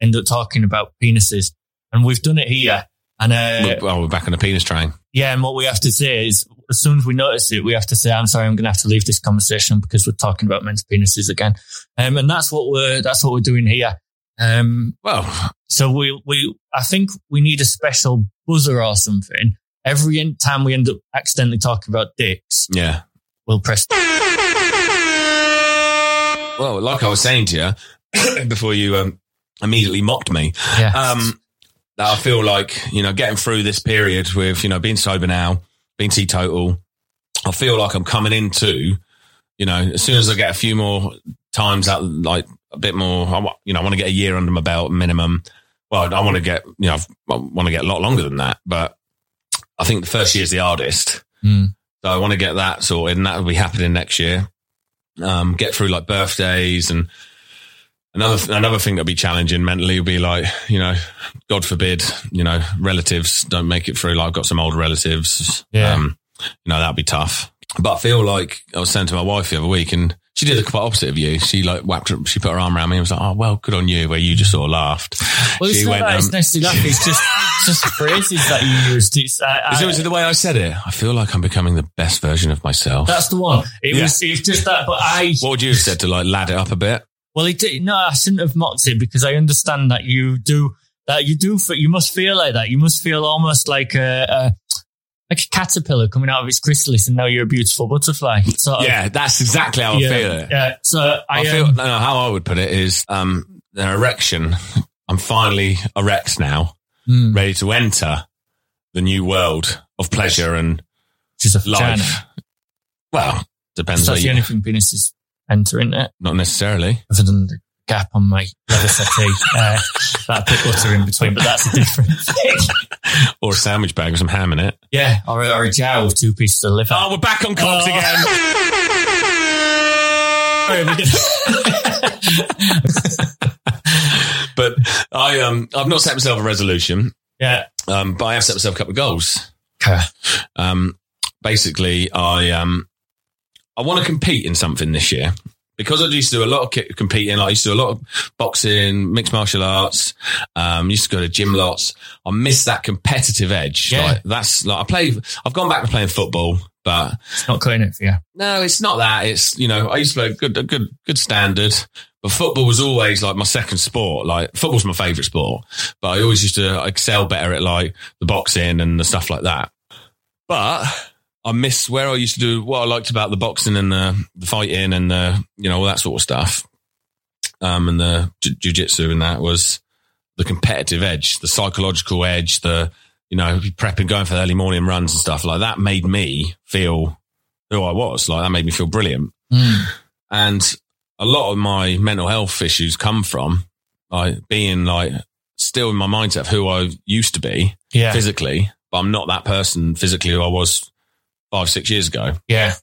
Speaker 2: end up talking about penises, and we've done it here. And uh,
Speaker 1: We're- well, we're back on the penis train.
Speaker 2: yeah, and what we have to say is, as soon as we notice it, we have to say, "I'm sorry, I'm going to have to leave this conversation because we're talking about men's penises again." Um, and that's what we're that's what we're doing here. Um,
Speaker 1: Well,
Speaker 2: so we we I think we need a special buzzer or something. Every en- time we end up accidentally talking about dicks,
Speaker 1: yeah.
Speaker 2: we'll press.
Speaker 1: Well, like I was saying to you before you um, immediately mocked me,
Speaker 2: Yeah.
Speaker 1: um, that I feel like, you know, getting through this period with, you know, being sober now, being teetotal, I feel like I'm coming into, you know, as soon as I get a few more times out, like a bit more, I, wa- you know, I want to get a year under my belt minimum. Well, I want to get, you know, I've- I want to get a lot longer than that, but I think the first year is the hardest.
Speaker 2: Hmm.
Speaker 1: So I want to get that sorted and that will be happening next year. Um, get through like birthdays and another, another thing that'll be challenging mentally will be like, you know, God forbid, you know, relatives don't make it through. Like I've got some old relatives.
Speaker 2: Yeah.
Speaker 1: Um, you know, that'd be tough. But I feel like I was saying to my wife the other week and she did the quite opposite of you. She like whapped her, she put her arm around me and was like, oh, well, good on you, where you just sort of laughed.
Speaker 2: Well, it's
Speaker 1: she
Speaker 2: not that it's
Speaker 1: um,
Speaker 2: necessarily like it's just it's just phrases that you used. It's, I, I-
Speaker 1: is it, was it the way I said it? I feel like I'm becoming the best version of myself.
Speaker 2: that's the one. It
Speaker 1: Yeah.
Speaker 2: was it's just that, but I
Speaker 1: what would you have said to like lad it up a bit?
Speaker 2: well, it did, no, I shouldn't have mocked it because I understand that you do that you do fe- you must feel like that. You must feel almost like a, a like a caterpillar coming out of its chrysalis, and now you're a beautiful butterfly. Sort of.
Speaker 1: Yeah, that's exactly how I feel it.
Speaker 2: Uh, Yeah. So I,
Speaker 1: I,
Speaker 2: um,
Speaker 1: feel no, no, how I would put it is um, an erection. I'm finally erect now,
Speaker 2: Hmm.
Speaker 1: ready to enter the new world of pleasure and
Speaker 2: She's a
Speaker 1: life.
Speaker 2: vagina.
Speaker 1: Well, depends.
Speaker 2: So
Speaker 1: Where
Speaker 2: that's the
Speaker 1: you,
Speaker 2: only thing penises enter in it,
Speaker 1: not necessarily.
Speaker 2: other than the gap on my leather settee uh, that I put butter in between. But that's a different thing.
Speaker 1: Or a sandwich bag with some ham in it.
Speaker 2: Yeah, or, a- or a jar with two pieces of liver.
Speaker 1: Oh, we're back on cocks
Speaker 2: Oh.
Speaker 1: again.
Speaker 2: Sorry, we did-
Speaker 1: But I um, I've not set myself a resolution,
Speaker 2: yeah.
Speaker 1: um, but I have set myself a couple of goals.
Speaker 2: Okay.
Speaker 1: um, basically I um, I want to compete in something this year because I used to do a lot of ki- competing. I used to do a lot of boxing, mixed martial arts. Um, used to go to gym lots. I miss that competitive edge.
Speaker 2: Yeah.
Speaker 1: Like, that's like I play. I've gone back to playing football, but
Speaker 2: It's not cutting it for you.
Speaker 1: no, it's not that. It's you know, I used to play a good, a good, good standard, but football was always like my second sport. Like football's my favourite sport, but I always used to excel better at like the boxing and the stuff like that. But I miss where I used to do what I liked about the boxing and the, the fighting and the you know all that sort of stuff, um, and the jiu- jujitsu and that was the competitive edge, the psychological edge, the you know prepping, going for the early morning runs and stuff like that made me feel who I was. Like that made me feel brilliant. And a lot of my mental health issues come from like being like still in my mindset of who I used to be
Speaker 2: Yeah.
Speaker 1: physically, but I'm not that person physically who I was five, six years ago.
Speaker 2: Yeah.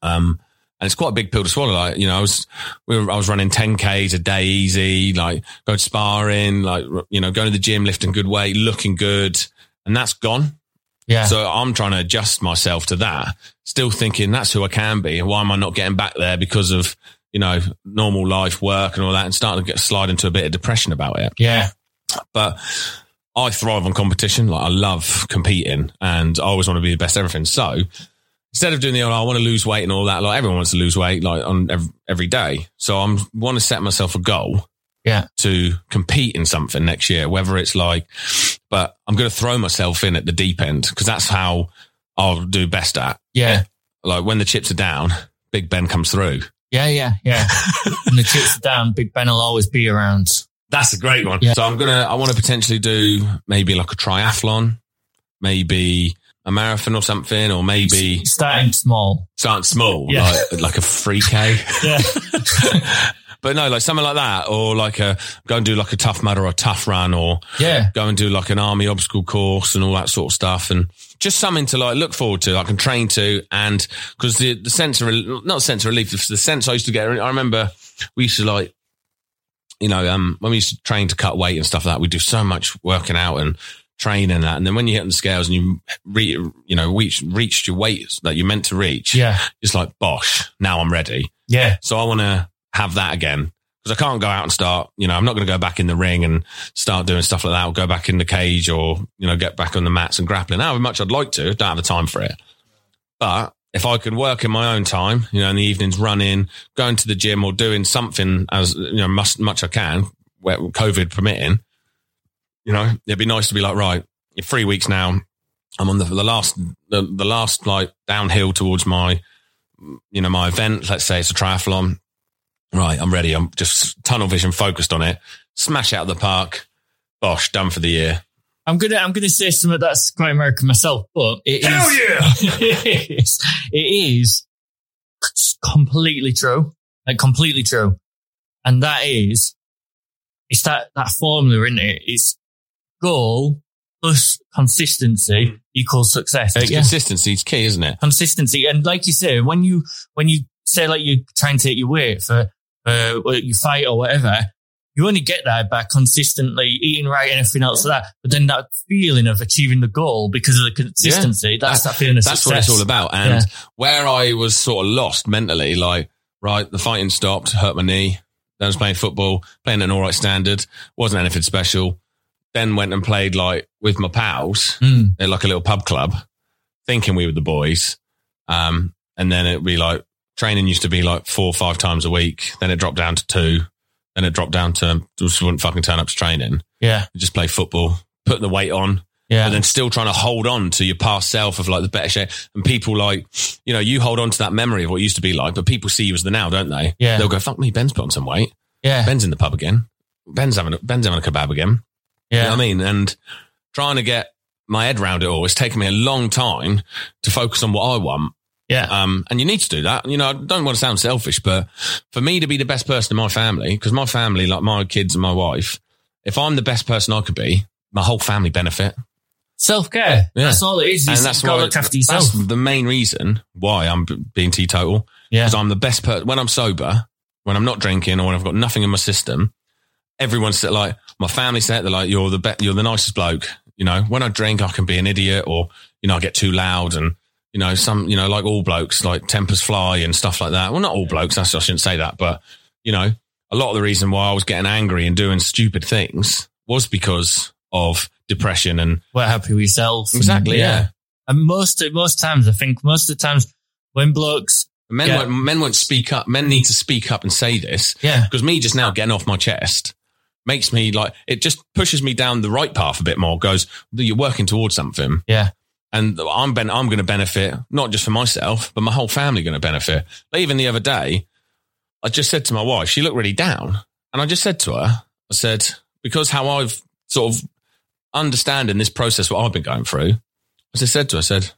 Speaker 1: Um, and it's quite a big pill to swallow. Like, you know, I was, we were, I was running 10 Ks a day easy, like going sparring, like, you know, going to the gym, lifting good weight, looking good. And that's gone.
Speaker 2: Yeah.
Speaker 1: So I'm trying to adjust myself to that. Still thinking that's who I can be. Why am I not getting back there because of, you know, normal life, work and all that and starting to get slide into a bit of depression about it.
Speaker 2: yeah.
Speaker 1: But I thrive on competition. Like I love competing and I always want to be the best at everything. So instead of doing the, oh, I want to lose weight and all that, like everyone wants to lose weight like on ev- every day. So I'm want to set myself a goal
Speaker 2: Yeah.
Speaker 1: to compete in something next year, whether it's like, but I'm going to throw myself in at the deep end because that's how I'll do best at.
Speaker 2: Yeah.
Speaker 1: Like when the chips are down, Big Ben comes through.
Speaker 2: Yeah. Yeah. Yeah. when the chips are down, Big Ben will always be around.
Speaker 1: That's a great one.
Speaker 2: Yeah.
Speaker 1: So I'm gonna, I want to potentially do maybe like a triathlon, maybe a marathon or something, or maybe
Speaker 2: Starting small.
Speaker 1: something small,
Speaker 2: Yeah.
Speaker 1: like like a free k.
Speaker 2: Yeah.
Speaker 1: but no, like something like that, or like a go and do like a tough mud or a tough run, or
Speaker 2: Yeah.
Speaker 1: go and do like an army obstacle course and all that sort of stuff and just something to like look forward to I can train to and because the, the sense of rel- not sense of relief the sense I used to get I remember we used to like you know um when we used to train to cut weight and stuff like that we do so much working out and training and that. And then when you hit on the scales and you re, you know, reach, reached your weight that you meant to reach,
Speaker 2: Yeah.
Speaker 1: it's like, bosh, now I'm ready.
Speaker 2: Yeah.
Speaker 1: So I want to have that again because I can't go out and start, you know, I'm not going to go back in the ring and start doing stuff like that or go back in the cage or, you know, get back on the mats and grappling. However much I'd like to, I don't have the time for it. But if I could work in my own time, you know, in the evenings running, going to the gym or doing something as, you know, much, much I can, where COVID permitting, you know, it'd be nice to be like, right, you're three weeks now. I'm on the, the last, the, the last like downhill towards my, you know, my event, let's say it's a triathlon. Right. I'm ready. I'm just tunnel vision focused on it. Smash out of the park. Bosh, done for the year.
Speaker 2: I'm gonna I'm gonna say something that's quite American myself, but it is it is it is completely true, like completely true, and that is it's that that formula in it. It's goal plus consistency equals success.
Speaker 1: It's
Speaker 2: Yeah.
Speaker 1: Consistency is key, isn't it?
Speaker 2: consistency. And like you say, when you when you say like you try and take your weight for for what you fight or whatever, you only get that by consistently eating right and everything else like that. But then that feeling of achieving the goal because of the consistency, that's that feeling of
Speaker 1: That's what
Speaker 2: success.
Speaker 1: it's all about. And
Speaker 2: Yeah.
Speaker 1: where I was sort of lost mentally, like, right, the fighting stopped, hurt my knee. Then I was playing football, playing at an all right standard, wasn't anything special. Then went and played like with my pals
Speaker 2: Mm.
Speaker 1: at like a little pub club, thinking we were the boys. Um, and then it'd be like training used to be like four or five times a week. Then it dropped down to two. Then it dropped down to just wouldn't fucking turn up to training.
Speaker 2: Yeah,
Speaker 1: Just play football, put the weight on,
Speaker 2: yeah,
Speaker 1: and then still trying to hold on to your past self of like the better shape. And people like, you know, you hold on to that memory of what it used to be like, but people see you as the now, don't they?
Speaker 2: Yeah.
Speaker 1: They'll go, fuck me, Ben's put on some weight.
Speaker 2: yeah,
Speaker 1: Ben's in the pub again. Ben's having a, Ben's having a kebab again. You
Speaker 2: yeah.
Speaker 1: know what I mean? And trying to get my head round it all. It's taken me a long time to focus on what I want.
Speaker 2: Yeah.
Speaker 1: Um, and you need to do that. You know, I don't want to sound selfish, but for me to be the best person in my family, because my family, like my kids and my wife, if I'm the best person I could be, my whole family benefit.
Speaker 2: Self care.
Speaker 1: Yeah.
Speaker 2: That's all it is.
Speaker 1: And
Speaker 2: is
Speaker 1: that's
Speaker 2: you've got
Speaker 1: why
Speaker 2: to look after yourself.
Speaker 1: That's the main reason why I'm b- being teetotal
Speaker 2: Yeah,
Speaker 1: because I'm the best person when I'm sober, when I'm not drinking, or when I've got nothing in my system. Everyone's set like my family set. They're like, "You're the be- you're the nicest bloke." You know, when I drink, I can be an idiot, or you know, I get too loud, and you know, some you know, like all blokes, like tempers fly and stuff like that. Well, not all blokes. That's I shouldn't say that, but you know, a lot of the reason why I was getting angry and doing stupid things was because of depression and
Speaker 2: we're happy with yourself. and-
Speaker 1: Exactly, yeah.
Speaker 2: And most most times, I think most of the times when blokes,
Speaker 1: men.
Speaker 2: Yeah.
Speaker 1: Won't, men won't speak up. Men need to speak up and say this.
Speaker 2: yeah,
Speaker 1: because me just now getting off my chest makes me like it just pushes me down the right path a bit more goes you're working towards something
Speaker 2: yeah,
Speaker 1: and i'm ben- i'm going to benefit not just for myself but my whole family going to benefit like even the other day i just said to my wife she looked really down and i just said to her i said because how i've sort of understanding this process what i've been going through i just said to her i said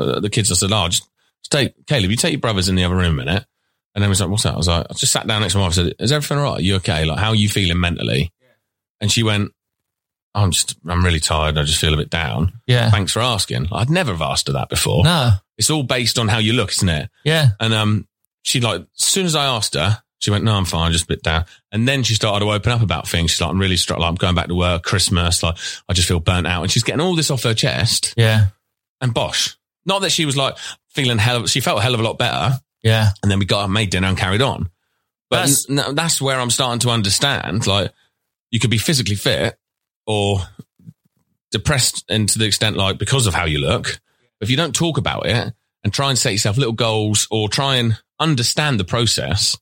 Speaker 1: uh, the kids i said oh just just take caleb you take your brothers in the other room a minute and then was like, what's that? I was like, I just sat down next to my wife and said, is everything all right? Are you okay? Like, how are you feeling mentally? And she went, I'm just, I'm really tired. I just feel a bit down.
Speaker 2: yeah.
Speaker 1: Thanks for asking. I'd never have asked her that before.
Speaker 2: No,
Speaker 1: It's all based on how you look, isn't it?
Speaker 2: yeah,
Speaker 1: And, um, she like, as soon as I asked her, she went, no, I'm fine. Just a bit down. And then she started to open up about things. She's like, I'm really struck. Like, I'm going back to work, Christmas. Like, I just feel burnt out. And she's getting all this off her chest
Speaker 2: yeah,
Speaker 1: and bosh. Not that she was like feeling hell, she felt a hell of a lot better
Speaker 2: yeah.
Speaker 1: and then we got up, made dinner, and carried on. But
Speaker 2: That's-
Speaker 1: that's, n- that's where I'm starting to understand. Like, you could be physically fit or depressed, and to the extent like because of how you look. If you don't talk about it and try and set yourself little goals or try and understand the process,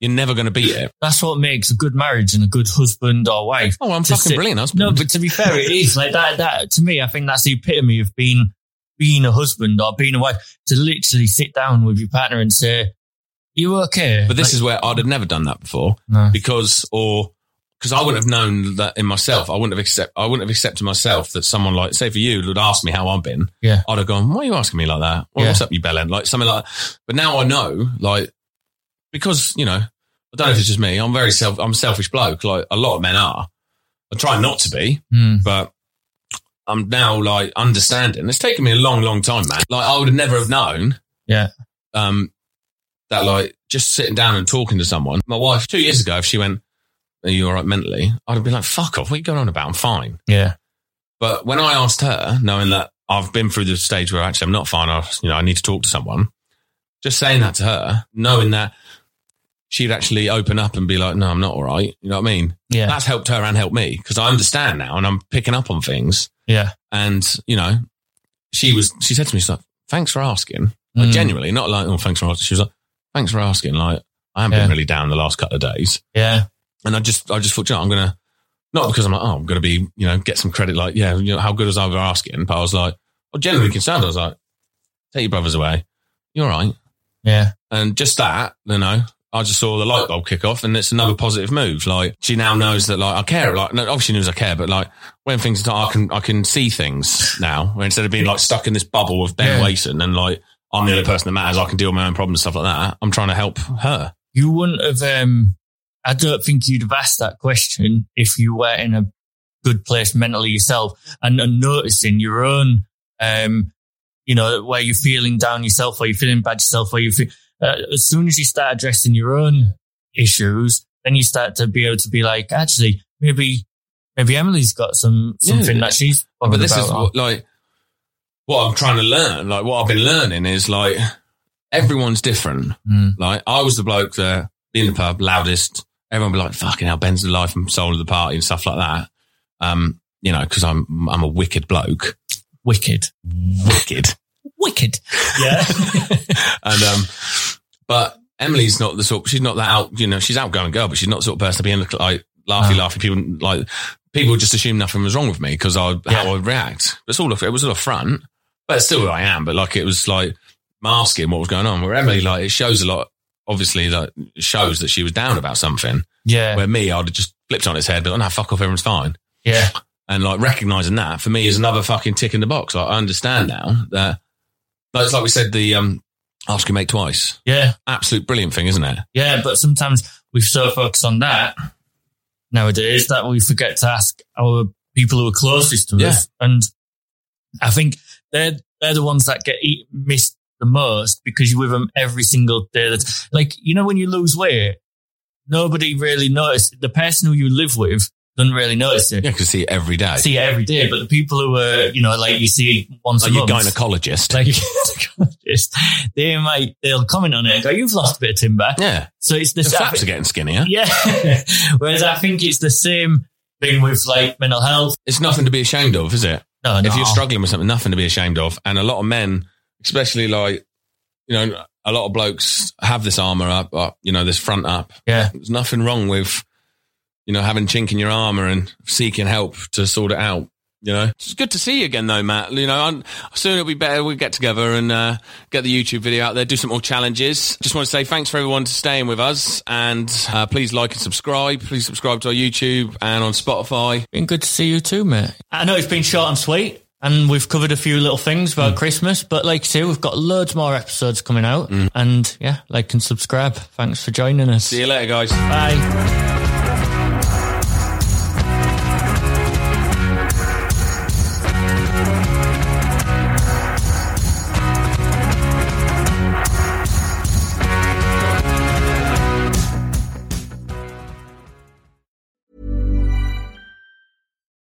Speaker 1: you're never going to beat it.
Speaker 2: That's what makes a good marriage and a good husband or wife.
Speaker 1: Oh, I'm
Speaker 2: To
Speaker 1: fucking
Speaker 2: sit-
Speaker 1: brilliant. Husband.
Speaker 2: No, but to be fair, it is like that. That to me, I think that's the epitome of being being a husband or being a wife. To literally sit down with your partner and say, "You okay?"
Speaker 1: But this is where I'd have never done that before
Speaker 2: No.
Speaker 1: because, or because I wouldn't have known that in myself. I wouldn't have accept. I wouldn't have accepted myself that someone like, say, for you, would ask me how I've been.
Speaker 2: Yeah.
Speaker 1: I'd have gone, "Why are you asking me like that? Well,
Speaker 2: Yeah.
Speaker 1: What's up, you bellend?" Like something like. that. But now I know, like, because you know, I don't know if it's just me. I'm very self. I'm a selfish bloke. Like a lot of men are. I try not to be,
Speaker 2: Hmm.
Speaker 1: but I'm now like understanding. It's taken me a long, long time, man. Like I would have never have known.
Speaker 2: Yeah.
Speaker 1: Um, that like just sitting down and talking to someone. My wife two years ago, if she went, "Are you all right mentally?" I'd have been like, "Fuck off! What are you going on about? I'm fine."
Speaker 2: yeah,
Speaker 1: But when I asked her, knowing that I've been through the stage where actually I'm not fine, I, you know, I need to talk to someone, just saying that to her, knowing that she'd actually open up and be like, no, I'm not all right. You know what I mean?
Speaker 2: Yeah.
Speaker 1: That's helped her and helped me because I understand now and I'm picking up on things.
Speaker 2: Yeah.
Speaker 1: And, you know, she was, she said to me, she's like, thanks for asking. Like,
Speaker 2: Mm.
Speaker 1: Genuinely, not like, oh, thanks for asking. She was like, thanks for asking. Like, I haven't
Speaker 2: Yeah.
Speaker 1: been really down the last couple of days.
Speaker 2: Yeah.
Speaker 1: And I just, I just thought, you know, I'm going to, not because I'm like, oh, I'm going to be, you know, get some credit. Like, yeah, you know, how good was I for asking? But I was like, well, genuinely concerned. I was like, take your brothers away. You're all right.
Speaker 2: Yeah.
Speaker 1: And just that, you know, I just saw the light bulb kick off and it's another positive move. Like she now knows that like I care. Like no, obviously she knows I care, but like when things are dark, I can I can see things now. Where Instead of being like stuck in this bubble of Ben
Speaker 2: Yeah.
Speaker 1: Wason and like I'm the only person that matters, I can deal with my own problems, stuff like that. I'm trying to help her.
Speaker 2: You wouldn't have, um, I don't think you'd have asked that question if you were in a good place mentally yourself and, and noticing your own, um, you know, where you're feeling down yourself, where you're feeling bad yourself, where you feel, uh, as soon as you start addressing your own issues, then you start to be able to be like, actually, maybe, maybe Emily's got some,
Speaker 1: Yeah.
Speaker 2: something that she's,
Speaker 1: but
Speaker 2: bothered
Speaker 1: this is
Speaker 2: about.
Speaker 1: what, like what I'm trying to learn. Like what I've been learning is like everyone's different.
Speaker 2: Mm.
Speaker 1: Like I was the bloke there in the pub, loudest. Everyone be like, "Fucking hell, Ben's the life and soul of the party" and stuff like that. Um, you know, because I'm I'm a wicked bloke,
Speaker 2: wicked,
Speaker 1: wicked.
Speaker 2: wicked. Yeah.
Speaker 1: and um, but Emily's not the sort. She's not that out. You know, she's outgoing girl, but she's not the sort of person to be in the, like laughy, laughy. People like people just assume nothing was wrong with me because I
Speaker 2: Yeah.
Speaker 1: how I react. It's all a- it was all a front, but it's still who I am. But like it was like masking what was going on. Where Emily, like it shows a lot. Obviously, like it shows that she was down about something.
Speaker 2: yeah.
Speaker 1: Where me, I'd have just flipped on its head, but oh, no, fuck off, everyone's fine.
Speaker 2: yeah.
Speaker 1: And like recognizing that for me is another fucking tick in the box. Like, I understand now that like, it's like we said the um, ask your mate twice
Speaker 2: Yeah.
Speaker 1: absolute brilliant thing, isn't it?
Speaker 2: Yeah, but sometimes we so focus on that nowadays that we forget to ask our people who are closest to us. And I think they're they're the ones that get eat, missed the most because you're with them every single day. That's like you know when you lose weight, nobody really notices. The person who you live with doesn't really notice it.
Speaker 1: Yeah, because see it every day.
Speaker 2: See it every day, but the people who are you know like you see once
Speaker 1: like
Speaker 2: a
Speaker 1: your
Speaker 2: month,
Speaker 1: gynecologist.
Speaker 2: like they might they'll comment on it. And go, you've lost a bit of timber.
Speaker 1: yeah,
Speaker 2: So it's the
Speaker 1: the
Speaker 2: same.
Speaker 1: flaps are getting skinnier.
Speaker 2: Yeah. Whereas I think it's the same thing with like mental health.
Speaker 1: It's nothing to be ashamed of, is it?
Speaker 2: No, no.
Speaker 1: If you're struggling with something, nothing to be ashamed of. And a lot of men, especially like you know, a lot of blokes have this armor up, up you know, this front up.
Speaker 2: Yeah.
Speaker 1: There's nothing wrong with you know having chink in your armor and seeking help to sort it out. You know, it's good to see you again, though, Matt. You know, I'm, soon it'll be better. We'll get together and uh, get the YouTube video out there, do some more challenges. Just want to say thanks for everyone to staying with us, and uh, please like and subscribe. Please subscribe to our YouTube and on Spotify.
Speaker 2: been good to see you too, mate. I know it's been short and sweet. And we've covered a few little things about Christmas, but like you say, we've got loads more episodes coming out. And yeah, like and subscribe. Thanks for joining us.
Speaker 1: See you later, guys.
Speaker 2: Bye.